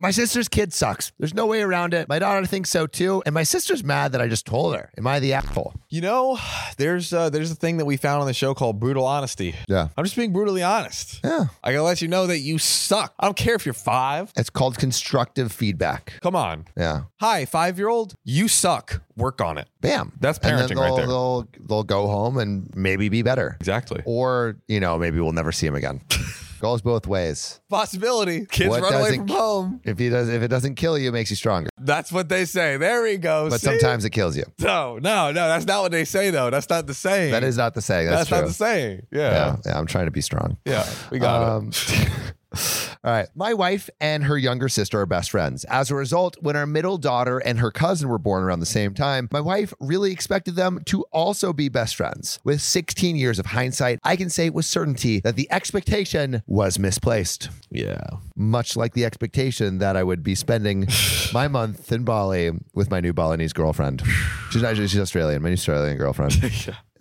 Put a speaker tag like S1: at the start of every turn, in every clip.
S1: My sister's kid sucks. There's no way around it. My daughter thinks so too. And my sister's mad that I just told her. Am I the asshole?
S2: You know, there's uh, there's a thing that we found on the show called brutal honesty.
S1: Yeah.
S2: I'm just being brutally honest.
S1: Yeah.
S2: I gotta let you know that you suck. I don't care if you're five.
S1: It's called constructive feedback.
S2: Come on.
S1: Yeah.
S2: Hi, five year old. You suck. Work on it.
S1: Bam.
S2: That's
S1: and then
S2: parenting right
S1: they'll-
S2: there.
S1: They'll, they'll go home and maybe be better.
S2: Exactly.
S1: Or, you know, maybe we'll never see him again. Goes both ways.
S2: Possibility. Kids
S1: What
S2: run away
S1: doesn't-
S2: from home.
S1: If he does if it doesn't kill you, it makes you stronger.
S2: That's what they say. There he goes.
S1: But
S2: See?
S1: sometimes it kills you.
S2: No, no, no. That's not what they say though. That's not the saying.
S1: That is not the saying. That's,
S2: That's,
S1: true.
S2: not the saying.
S1: yeah.
S2: Yeah.
S1: yeah, Uh, I'm trying to be strong.
S2: Yeah. we got it.
S1: Um, all right. My wife and her younger sister are best friends. As a result, when our middle daughter and her cousin were born around the same time, my wife really expected them to also be best friends. With 16 years of hindsight, I can say with certainty that the expectation was misplaced,
S2: Yeah.
S1: much like the expectation that I would be spending my month in Bali with my new Balinese girlfriend. She's not, she's Australian, my new Australian girlfriend.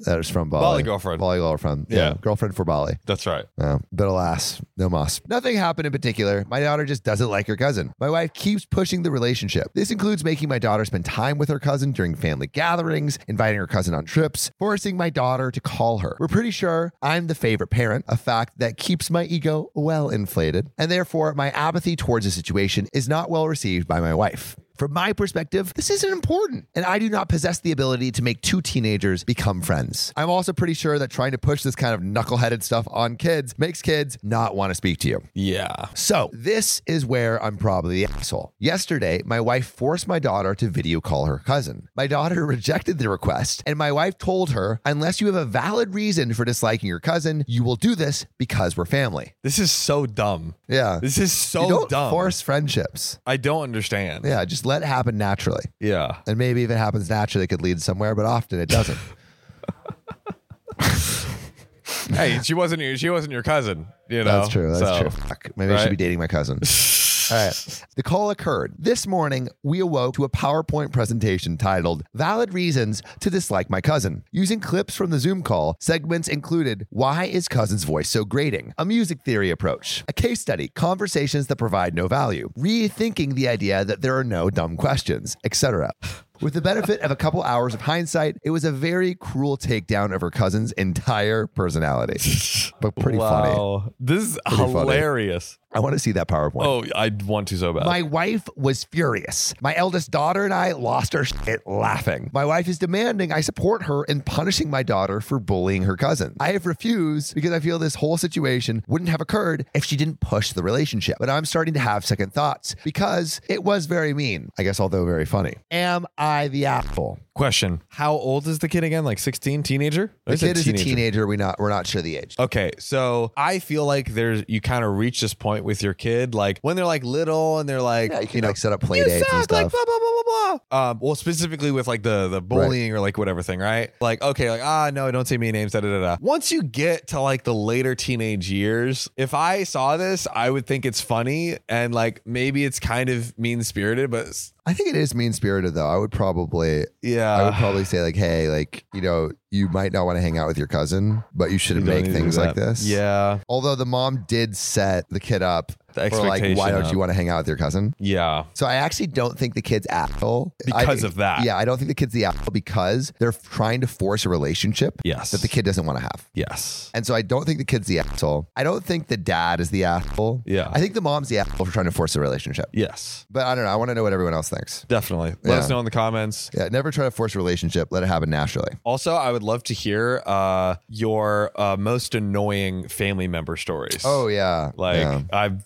S1: That is from Bali.
S2: Bali girlfriend.
S1: Bali girlfriend. yeah.
S2: Yeah.
S1: Girlfriend for Bali.
S2: That's right.
S1: Uh, but alas, no moss. Nothing happened in particular. My daughter just doesn't like her cousin. My wife keeps pushing the relationship. This includes making my daughter spend time with her cousin during family gatherings, inviting her cousin on trips, forcing my daughter to call her. We're pretty sure I'm the favorite parent, a fact that keeps my ego well inflated, and therefore my apathy towards the situation is not well received by my wife. From my perspective, this isn't important, and I do not possess the ability to make two teenagers become friends. I'm also pretty sure that trying to push this kind of knuckleheaded stuff on kids makes kids not want to speak to you.
S2: Yeah.
S1: So, this is where I'm probably the asshole. Yesterday, my wife forced my daughter to video call her cousin. My daughter rejected the request, and my wife told her, unless you have a valid reason for disliking your cousin, you will do this because we're family.
S2: This is so dumb.
S1: Yeah.
S2: This is so
S1: you don't
S2: dumb.
S1: force friendships.
S2: I don't understand.
S1: Yeah, just let it happen naturally.
S2: Yeah.
S1: And maybe if it happens naturally, it could lead somewhere, but often it doesn't.
S2: hey, she wasn't your she wasn't your cousin. You know.
S1: That's true. That's
S2: So,
S1: true. Fuck. Maybe I should
S2: right?
S1: be dating my cousin. All right. The call occurred. This morning, we awoke to a PowerPoint presentation titled Valid Reasons to Dislike My Cousin. Using clips from the Zoom call, segments included Why is Cousin's Voice So Grating? A Music Theory Approach, a Case Study, Conversations that Provide No Value, Rethinking the Idea that There Are No Dumb Questions, etc. With the benefit of a couple hours of hindsight, it was a very cruel takedown of her cousin's entire personality. But pretty funny.
S2: Wow. This is
S1: funny.
S2: hilarious.
S1: I want to see that PowerPoint.
S2: Oh, I want to so bad.
S1: My wife was furious. My eldest daughter and I lost our shit laughing. My wife is demanding I support her in punishing my daughter for bullying her cousin. I have refused because I feel this whole situation wouldn't have occurred if she didn't push the relationship. But I'm starting to have second thoughts because it was very mean. I guess, although very funny. Am I the asshole?
S2: Question: How old is the kid again? Like sixteen, teenager?
S1: The kid is a teenager. We not we're not sure the age.
S2: Okay, so I feel like there's you kind of reach this point with your kid, like when they're like little and they're like,
S1: Yeah, you can
S2: know,
S1: like set up play
S2: you
S1: dates and
S2: suck, like
S1: stuff.
S2: blah blah blah blah blah. Um, well, specifically with like the the bullying or like whatever thing, right? Like, okay, like ah, no, don't say me names, da da da da. Once you get to like the later teenage years, if I saw this, I would think it's funny and like maybe it's kind of mean spirited, but s-
S1: I think it is mean spirited though. I would probably
S2: yeah,
S1: I would probably say like, hey, like you know, you might not want to hang out with your cousin, but you shouldn't
S2: don't
S1: make
S2: need to do
S1: things like
S2: that.
S1: this.
S2: Yeah,
S1: Although the mom did set the kid up
S2: The
S1: for like, why
S2: expectation
S1: don't
S2: of-
S1: you want to hang out with your cousin?
S2: yeah,
S1: So I actually don't think the kid's asshole I-
S2: because of that.
S1: Yeah, I don't think the kid's the asshole because they're trying to force a relationship
S2: Yes.
S1: that the kid doesn't want to have.
S2: Yes.
S1: And so I don't think the kid's the asshole. I don't think the dad is the asshole.
S2: Yeah.
S1: I think the mom's the asshole for trying to force a relationship.
S2: Yes.
S1: But I don't know. I want to know what everyone else thinks.
S2: Definitely. Let
S1: Yeah.
S2: us know in the comments.
S1: Yeah, never try to force a relationship. Let it happen naturally.
S2: Also, I would love to hear uh, your uh, most annoying family member stories.
S1: Oh yeah.
S2: like
S1: Yeah.
S2: I've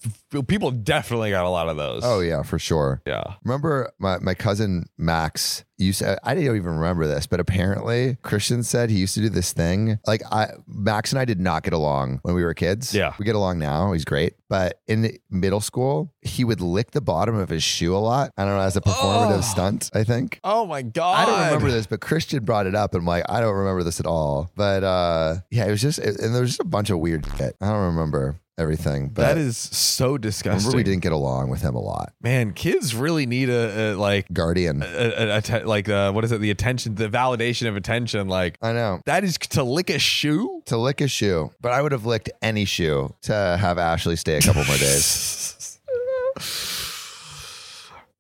S2: people definitely got a lot of those.
S1: Oh yeah, for sure.
S2: yeah,
S1: Remember my, my cousin Max used to, I didn't even remember this, but apparently Christian said he used to do this thing. Like I Max and I did not get along when we were kids.
S2: Yeah.
S1: We get along now, he's great. But in the middle school, he would lick the bottom of his shoe a lot. I don't know, as a performative
S2: Oh.
S1: stunt, I think.
S2: Oh my god!
S1: I don't remember this, but Christian brought it up, and I'm like, I don't remember this at all. But uh, yeah, it was just, and there was just a bunch of weird shit. I don't remember everything, but
S2: that is so disgusting.
S1: remember we didn't get along with him a lot.
S2: Man, kids really need a, a like
S1: Guardian,
S2: a, a, a te- like uh, what is it? The attention, the validation of attention. Like
S1: I know.
S2: that is to lick a shoe.
S1: to lick a shoe, but I would have licked any shoe to have Ashley stay a couple more days.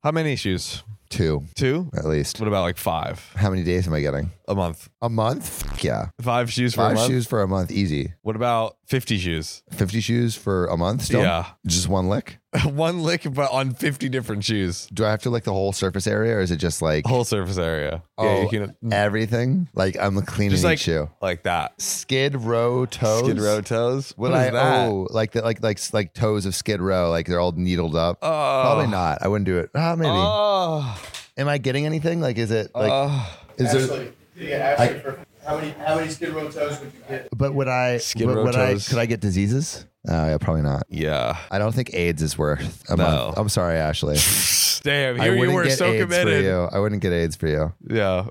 S3: How many issues?
S1: Two,
S3: Two?
S1: at least.
S3: What about like five
S1: How many days am I getting?
S3: a month?
S1: A month? F- yeah.
S3: Five shoes for a
S1: Five
S3: month?
S1: shoes for a month, easy.
S3: What about 50 shoes?
S1: 50 shoes for a month still?
S3: Yeah.
S1: Just one lick?
S3: One lick, but on 50 different shoes.
S1: Do I have to lick the whole surface area or is it just like
S3: Whole surface area. Oh, yeah,
S1: Oh,
S3: you can uh, mm.
S1: everything? Like I'm cleaning
S3: Just
S1: each
S3: like-
S1: shoe.
S3: like that.
S1: Skid row toes.
S3: Skid row toes.
S1: What
S3: what oh.
S1: I
S3: is that?
S1: owe, like the, like like like toes of Skid Row, like they're all needled up.
S3: Oh.
S1: Probably not. I wouldn't do it. Ah, maybe.
S3: Oh.
S1: Am I getting anything? Like, is it like?
S3: Oh.
S1: is there?
S4: Ashley, yeah, Ashley, for how many how many skid row toes would you get?
S1: But would I?
S3: Skid
S1: would,
S3: Row
S1: would I?
S3: toes.
S1: Could I get diseases? Uh, yeah, probably not.
S3: yeah.
S1: I don't think AIDS is worth a
S3: No.
S1: month. I'm sorry, Ashley.
S3: Damn,
S1: I
S3: here you
S1: wouldn't
S3: were
S1: get
S3: so
S1: AIDS
S3: committed.
S1: For you. I wouldn't get AIDS for you.
S3: Yeah.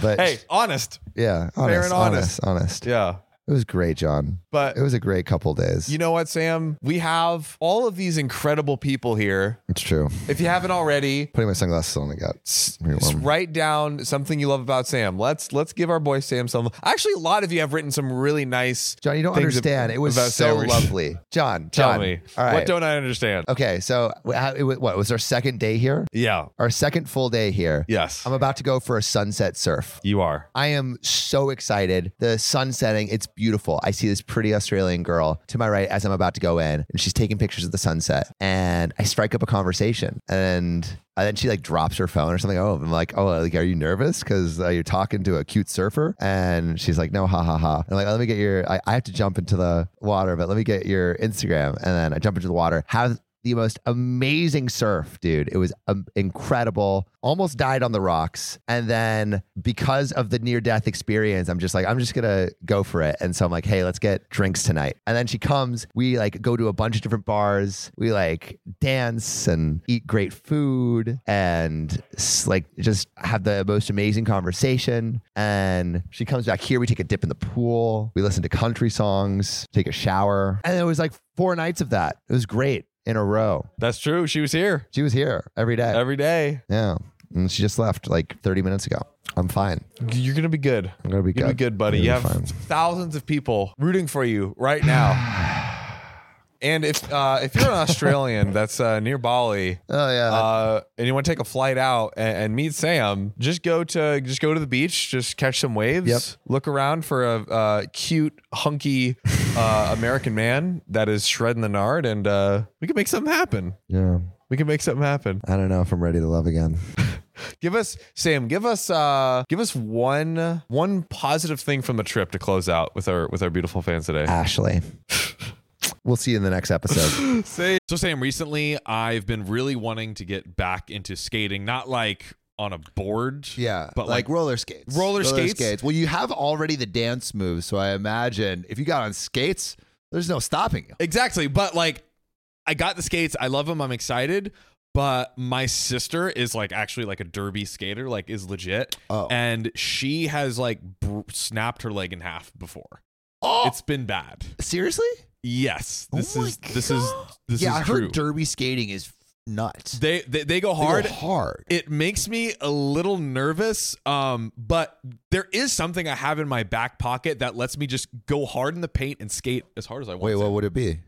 S1: But
S3: hey, honest.
S1: yeah, honest,
S3: and
S1: honest,
S3: honest.
S1: honest.
S3: Yeah.
S1: It was great, John.
S3: But
S1: It was a great couple days.
S3: you know what, Sam? We have all of these incredible people here.
S1: it's true.
S3: If you haven't already,
S1: Putting my sunglasses on, I got.
S3: s-
S1: Here,
S3: s-
S1: um,
S3: write down something you love about Sam. Let's let's give our boy Sam some. Actually, a lot of you have written some really nice.
S1: John, you don't
S3: Things
S1: understand.
S3: ab-
S1: It was
S3: about
S1: so
S3: sandwich.
S1: lovely, John.
S3: Tell
S1: John,
S3: me,
S1: All right.
S3: what don't I understand?
S1: Okay, so wh- how- it wa- what it was our second day here?
S3: Yeah.
S1: Our second full day here.
S3: Yes.
S1: I'm about to go for a sunset surf.
S3: you are.
S1: I am so excited. The sun setting, it's beautiful. I see this pretty Australian girl to my right as I'm about to go in, and she's taking pictures of the sunset. And I strike up a conversation, and, and then she like drops her phone or something. Oh, I'm like, oh, like, are you nervous because uh, you're talking to a cute surfer? And she's like, no, ha ha ha. And I'm like, let me get your. I, I have to jump into the water, but let me get your Instagram. And then I jump into the water. Have the most amazing surf, dude. It was um, incredible. Almost died on the rocks. And then because of the near death experience, I'm just like, I'm just going to go for it. And so I'm like, hey, let's get drinks tonight. And then she comes. We like go to a bunch of different bars. We like dance and eat great food and s- like just have the most amazing conversation. And she comes back here. We take a dip in the pool. We listen to country songs, take a shower. And it was like four nights of that. It was great in a row.
S3: That's true. She was here
S1: She was here every day.
S3: every day.
S1: yeah. And she just left like 30 minutes ago. I'm fine.
S3: You're gonna be good.
S1: I'm going to be
S3: You're
S1: good.
S3: gonna be good, buddy.
S1: I'm
S3: You
S1: gonna
S3: have
S1: be fine.
S3: thousands of people rooting for you right now. And if uh, if you're an Australian that's uh, near Bali,
S1: Oh, yeah.
S3: uh, and you want to take a flight out and, and meet Sam, just go to just go to the beach, just catch some waves,
S1: Yep.
S3: look around for a, uh cute, hunky uh, American man that is shredding the nard, and uh, we can make something happen.
S1: yeah.
S3: We can make something happen.
S1: I don't know if I'm ready to love again.
S3: Give us Sam. Give us uh, give us one one positive thing from the trip to close out with our with our beautiful fans today.
S1: Ashley. we'll see you in the next episode.
S3: Say
S2: So Sam, recently I've been really wanting to get back into skating, not like on a board.
S1: Yeah.
S2: But like,
S1: roller skates.
S2: Roller skates?
S1: Well, you have already the dance moves. So I imagine if you got on skates, there's no stopping you.
S2: exactly. But like I got the skates. I love them. I'm excited. But my sister is like actually like a derby skater, like is legit.
S1: Oh.
S2: And she has like br- snapped her leg in half before.
S1: Oh,
S2: It's been bad.
S1: seriously?
S2: Yes.
S1: Oh
S2: This
S1: my
S2: is this is this
S1: yeah,
S2: is
S1: I
S2: true.
S1: heard derby skating is nuts.
S2: they, they they go
S1: They go
S2: hard.
S1: hard.
S2: it makes me a little nervous um but there is something i have in my back pocket that lets me just go hard in the paint and skate as hard as i want
S1: Wait,
S2: to.
S1: what would it be?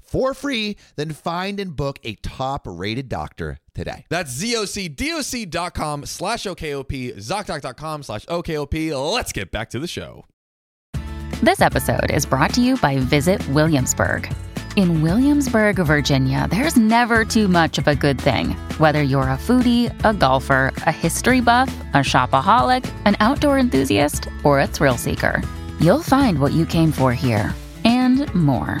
S1: for free. Then find and book a top rated doctor today.
S2: That's zocdoc.com slash OKOP, ZocDoc.com slash OKOP. Let's get back to the show.
S5: This episode is brought to you by Visit Williamsburg. In Williamsburg, Virginia, there's never too much of a good thing. Whether you're a foodie, a golfer, a history buff, a shopaholic, an outdoor enthusiast, or a thrill seeker, you'll find what you came for here and more.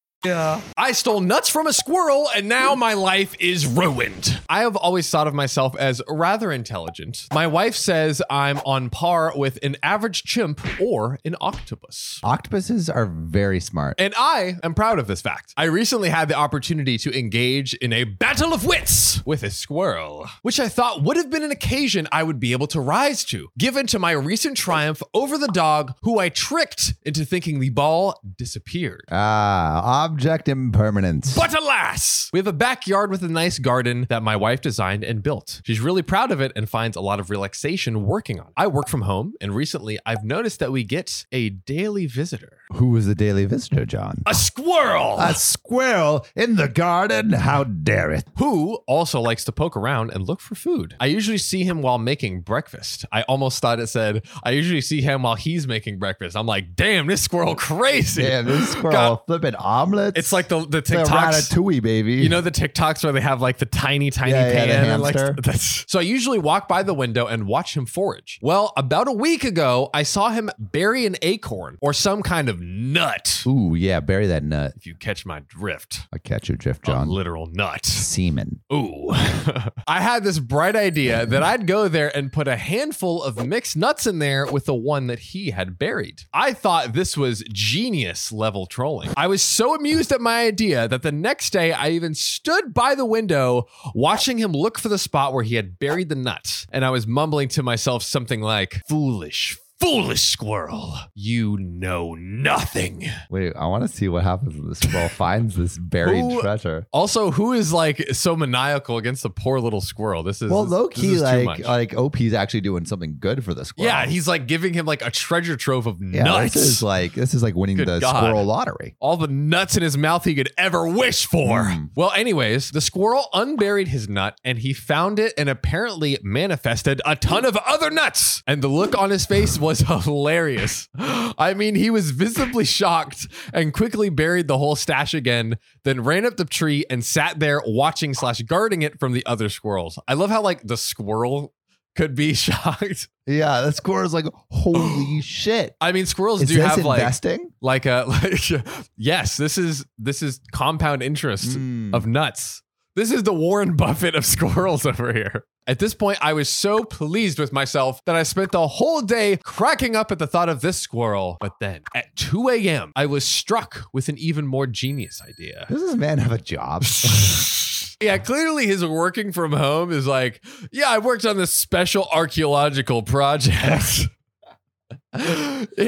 S2: I stole nuts from a squirrel and now my life is ruined. I have always thought of myself as rather intelligent. My wife says I'm on par with an average chimp or an octopus.
S6: Octopuses are very smart.
S2: And I am proud of this fact. I recently had the opportunity to engage in a battle of wits with a squirrel, which I thought would have been an occasion I would be able to rise to, given to my recent triumph over the dog who I tricked into thinking the ball disappeared.
S6: Ah, object impermanence.
S2: But alas, we have a backyard with a nice garden that my wife designed and built. She's really proud of it and finds a lot of relaxation working on it. I work from home, and recently I've noticed that we get a daily visitor
S6: Who was the daily visitor, John?
S2: a squirrel
S6: A squirrel in the garden. How dare it?
S2: who also likes to poke around and look for food. I usually see him while making breakfast. I almost thought it said, I usually see him while he's making breakfast. I'm like, damn, this squirrel crazy.
S6: Damn, this squirrel
S2: God,
S6: flipping omelets.
S2: it's like the,
S6: the
S2: the TikToks.
S6: ratatouille, baby.
S2: You know the TikToks where they have like the tiny, tiny
S6: Yeah, yeah,
S2: pen
S6: the
S2: and it likes-
S6: hamster.
S2: that's- so I usually walk by the window and watch him forage. Well, about a week ago, I saw him bury an acorn or some kind of nut.
S6: Ooh, yeah, bury that nut.
S2: If you catch my drift,
S6: I catch your drift,
S2: a
S6: John.
S2: literal nut.
S6: Semen.
S2: Ooh. I had this bright idea that I'd go there and put a handful of mixed nuts in there with the one that he had buried. I thought this was genius level trolling. I was so amused at my idea that the next day I even stood by the window watching him look for the spot where he had buried the nut. And I was mumbling to myself something like, foolish. Foolish squirrel, you know nothing.
S6: Wait, I want to see what happens when the squirrel finds this buried
S2: Who-
S6: treasure.
S2: Also, who is like so maniacal against the poor little squirrel? This is
S6: Well, low
S2: this is
S6: key,
S2: too
S6: like
S2: much.
S6: like OP's actually doing something good for the squirrel.
S2: Yeah, he's like giving him like a treasure trove of
S6: yeah.
S2: nuts.
S6: This is like this is like winning
S2: Good
S6: the
S2: God.
S6: squirrel lottery.
S2: all the nuts in his mouth he could ever wish for.
S6: Hmm.
S2: Well, anyways, the squirrel unburied his nut and he found it and apparently manifested a ton of other nuts. And the look on his face was hilarious. I mean, he was visibly shocked and quickly buried the whole stash again, then ran up the tree and sat there watching slash guarding it from the other squirrels. I love how like the squirrel could be shocked.
S6: Yeah, the squirrel's like, holy shit.
S2: I mean, squirrels
S6: Is
S2: do
S6: this
S2: have like
S6: investing?
S2: like a like yes this is this is compound interest
S6: Mm.
S2: of nuts this is the warren buffett of squirrels over here at this point i was so pleased with myself that i spent the whole day cracking up at the thought of this squirrel but then at 2 a.m i was struck with an even more genius idea
S6: Does this man have a job?
S2: yeah, clearly his working from home is like, yeah, I worked on this special archaeological project. It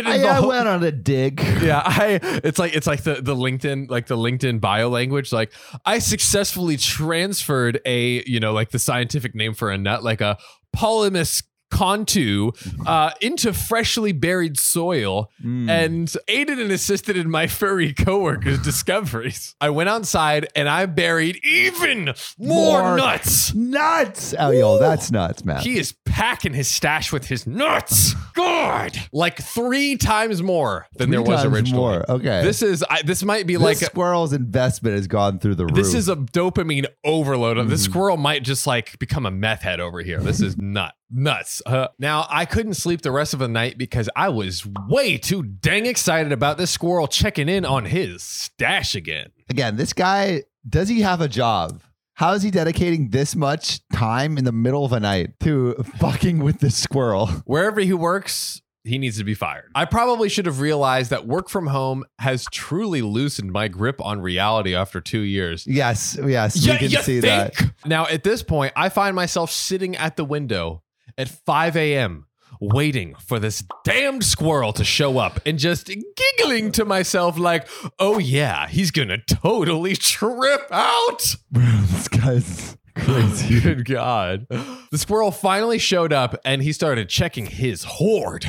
S1: uh,
S6: I, I
S2: involved-
S6: went on a dig.
S2: yeah i it's like it's like the, the linkedin like the linkedin bio language like i successfully transferred a you know like the scientific name for a nut like a polymus contu uh, into freshly buried soil
S6: Mm-hmm. Mm.
S2: and aided and assisted in my furry coworkers discoveries i went outside and i buried even more,
S6: More.
S2: nuts
S6: nuts. Oh, yo, that's nuts, man.
S2: he is packing his stash with his nuts god like three times more than there
S6: Three
S2: was
S6: times
S2: originally
S6: More. Okay.
S2: this is I, this might be
S6: This
S2: like uh,
S6: squirrel's investment has gone through the roof.
S2: this is a dopamine overload. This
S6: Mm-hmm.
S2: squirrel might just like become a meth head over here. This is nut nuts. Uh, now I couldn't sleep the rest of the night because I was way too dang excited about this squirrel checking in on his stash again.
S6: again, this guy does he have a job? How is he dedicating this much time in the middle of a night to fucking with this squirrel?
S2: Wherever he works. He needs to be fired. I probably should have realized that work from home has truly loosened my grip on reality after two years.
S6: Yes, yes,
S2: Yeah,
S6: we can
S2: you
S6: see that.
S2: think? Now, at this point, I find myself sitting at the window at 5 a.m. waiting for this damned squirrel to show up and just giggling to myself like, oh yeah, he's gonna totally trip out.
S6: Bro, this guy's crazy.
S2: Good God. The squirrel finally showed up and he started checking his hoard.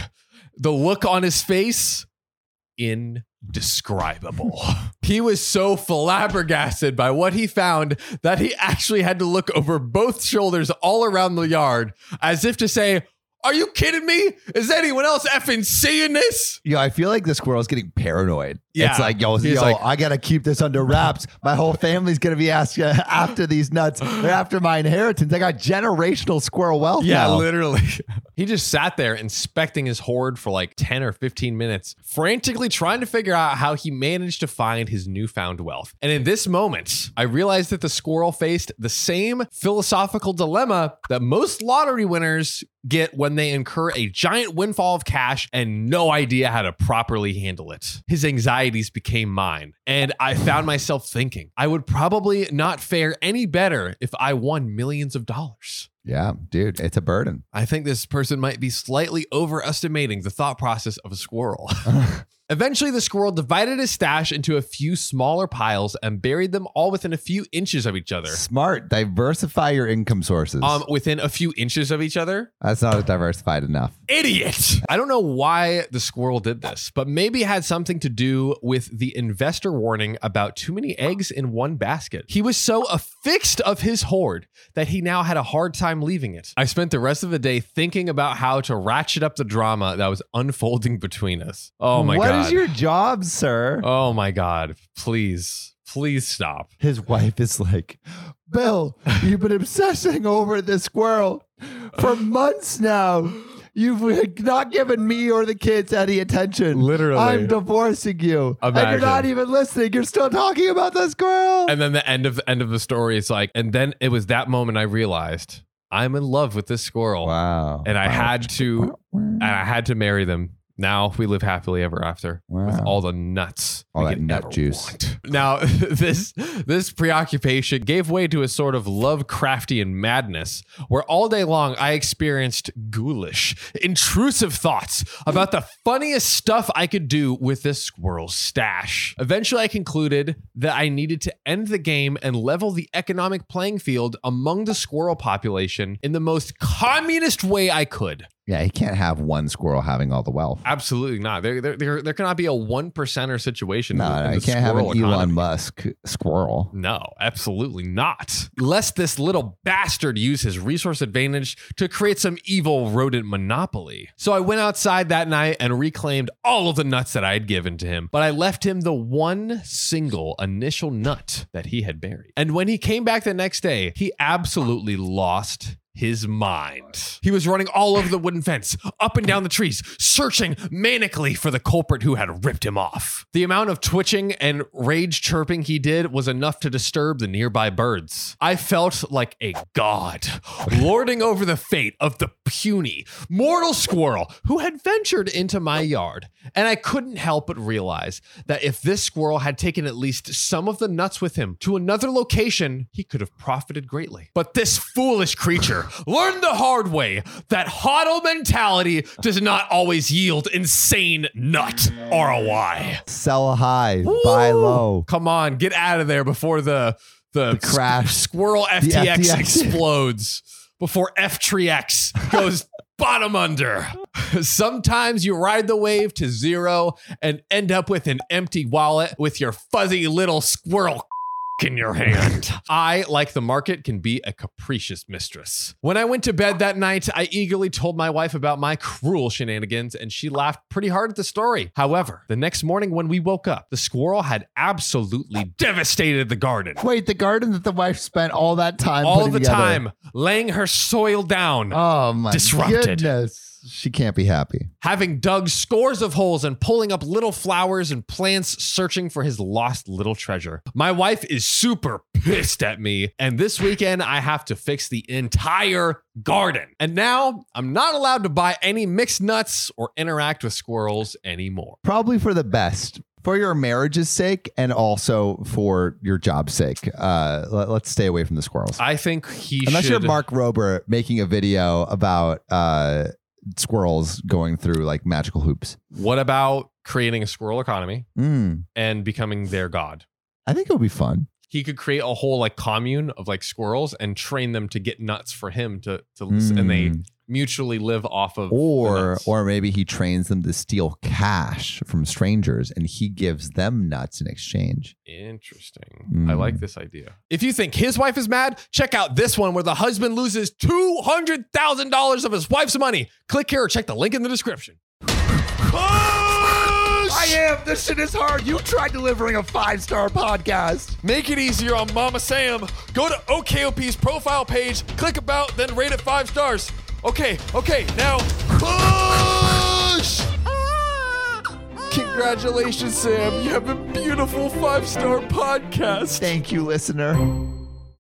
S2: The look on his face, indescribable. he was so flabbergasted by what he found that he actually had to look over both shoulders all around the yard as if to say, Are you kidding me? Is anyone else effing seeing this?
S1: Yo, I feel like the squirrel's getting paranoid.
S2: Yeah.
S1: It's like, yo,
S2: He's
S1: yo
S2: like-
S1: I got to keep this under wraps. My whole family's going to be ask- after these nuts. They're after my inheritance. I got generational squirrel wealth now.
S2: literally. he just sat there inspecting his hoard for like 10 or 15 minutes, frantically trying to figure out how he managed to find his newfound wealth. And in this moment, I realized that the squirrel faced the same philosophical dilemma that most lottery winners get when they incur a giant windfall of cash and no idea how to properly handle it. His anxieties became mine, and I found myself thinking I would probably not fare any better if I won millions of dollars.
S1: yeah, dude, it's a burden.
S2: I think this person might be slightly overestimating the thought process of a squirrel. Eventually, the squirrel divided his stash into a few smaller piles and buried them all within a few inches of each other.
S1: Smart. Diversify your income sources.
S2: Um, within a few inches of each other?
S1: That's not diversified enough.
S2: Idiot! I don't know why the squirrel did this, but maybe it had something to do with the investor warning about too many eggs in one basket. He was so affixed of his hoard that he now had a hard time leaving it. I spent the rest of the day thinking about how to ratchet up the drama that was unfolding between us. Oh my god.
S1: What is your job, sir?
S2: oh my god. Please, please stop.
S1: His wife is like, Bill, you've been obsessing over this squirrel for months now. You've not given me or the kids any attention.
S2: Literally.
S1: I'm divorcing you. And
S2: Imagine.
S1: you're not even listening. You're still talking about the squirrel.
S2: And then the end of end of the story is like, and then it was that moment I realized I'm in love with this squirrel.
S1: wow.
S2: and I had to and I had to marry them. Now we live happily ever after with
S1: Wow.
S2: all the nuts,
S1: All
S2: we
S1: that
S2: could
S1: nut
S2: ever
S1: juice.
S2: want. Now this this preoccupation gave way to a sort of Lovecraftian madness, where all day long I experienced ghoulish, intrusive thoughts about the funniest stuff I could do with this squirrel stash. Eventually, I concluded that I needed to end the game and level the economic playing field among the squirrel population in the most communist way I could.
S1: yeah, he can't have one squirrel having all the wealth.
S2: Absolutely not. There, there, there, there cannot be a one percenter situation.
S1: No,
S2: in the
S1: no, he can't have an
S2: squirrel economy.
S1: Elon Musk squirrel.
S2: No, absolutely not. Lest this little bastard use his resource advantage to create some evil rodent monopoly. So I went outside that night and reclaimed all of the nuts that I had given to him, but I left him the one single initial nut that he had buried. And when he came back the next day, he absolutely lost his mind. He was running all over the wooden fence, up and down the trees, searching manically for the culprit who had ripped him off. The amount of twitching and rage chirping he did was enough to disturb the nearby birds. I felt like a god, lording over the fate of the puny, mortal squirrel who had ventured into my yard. And I couldn't help but realize that if this squirrel had taken at least some of the nuts with him to another location, he could have profited greatly. But this foolish creature learned the hard way that hodl mentality does not always yield insane nut ROI.
S1: Sell high, buy
S2: Woo!
S1: low.
S2: Come on, get out of there before the the,
S1: The crash.
S2: s- squirrel FTX,
S1: FTX.
S2: explodes. Before F3X goes bottom under. Sometimes you ride the wave to zero and end up with an empty wallet with your fuzzy little squirrel in your hand. I, like the market, can be a capricious mistress. When I went to bed that night, I eagerly told my wife about my cruel shenanigans, and she laughed pretty hard at the story. However, the next morning when we woke up, the squirrel had absolutely devastated the garden.
S1: Wait, the garden that the wife spent all that time
S2: All
S1: putting
S2: the
S1: together.
S2: time, laying her soil down.
S1: Oh my
S2: Disrupted.
S1: goodness. She can't be happy.
S2: having dug scores of holes and pulling up little flowers and plants searching for his lost little treasure. My wife is super pissed at me, and this weekend I have to fix the entire garden. And now I'm not allowed to buy any mixed nuts or interact with squirrels anymore.
S1: Probably for the best. For your marriage's sake and also for your job's sake. Uh, let, us stay away from the squirrels.
S2: I think he
S1: Unless
S2: should
S1: you're Mark Rober making a video about uh, squirrels going through like magical hoops.
S2: What about creating a squirrel economy
S1: Mm.
S2: and becoming their god?
S1: I think it would be fun.
S2: He could create a whole like commune of like squirrels and train them to get nuts for him to to and they
S1: Mm.
S2: mutually live off of. the
S1: Or
S2: nuts.
S1: or maybe he trains them to steal cash from strangers and he gives them nuts in exchange.
S2: Interesting.
S1: Mm.
S2: I like this idea. If you think his wife is mad, check out this one where the husband loses $200,000 of his wife's money. Click here or check the link in the description.
S7: I am. This shit is hard. You tried delivering a five star podcast.
S2: Make it easier on Mama Sam. Go to OKOP's profile page, click about, then rate it five stars. Okay, okay, now push!
S7: Ah!
S2: Congratulations, Sam. You have a beautiful five star podcast.
S1: Thank you, listener.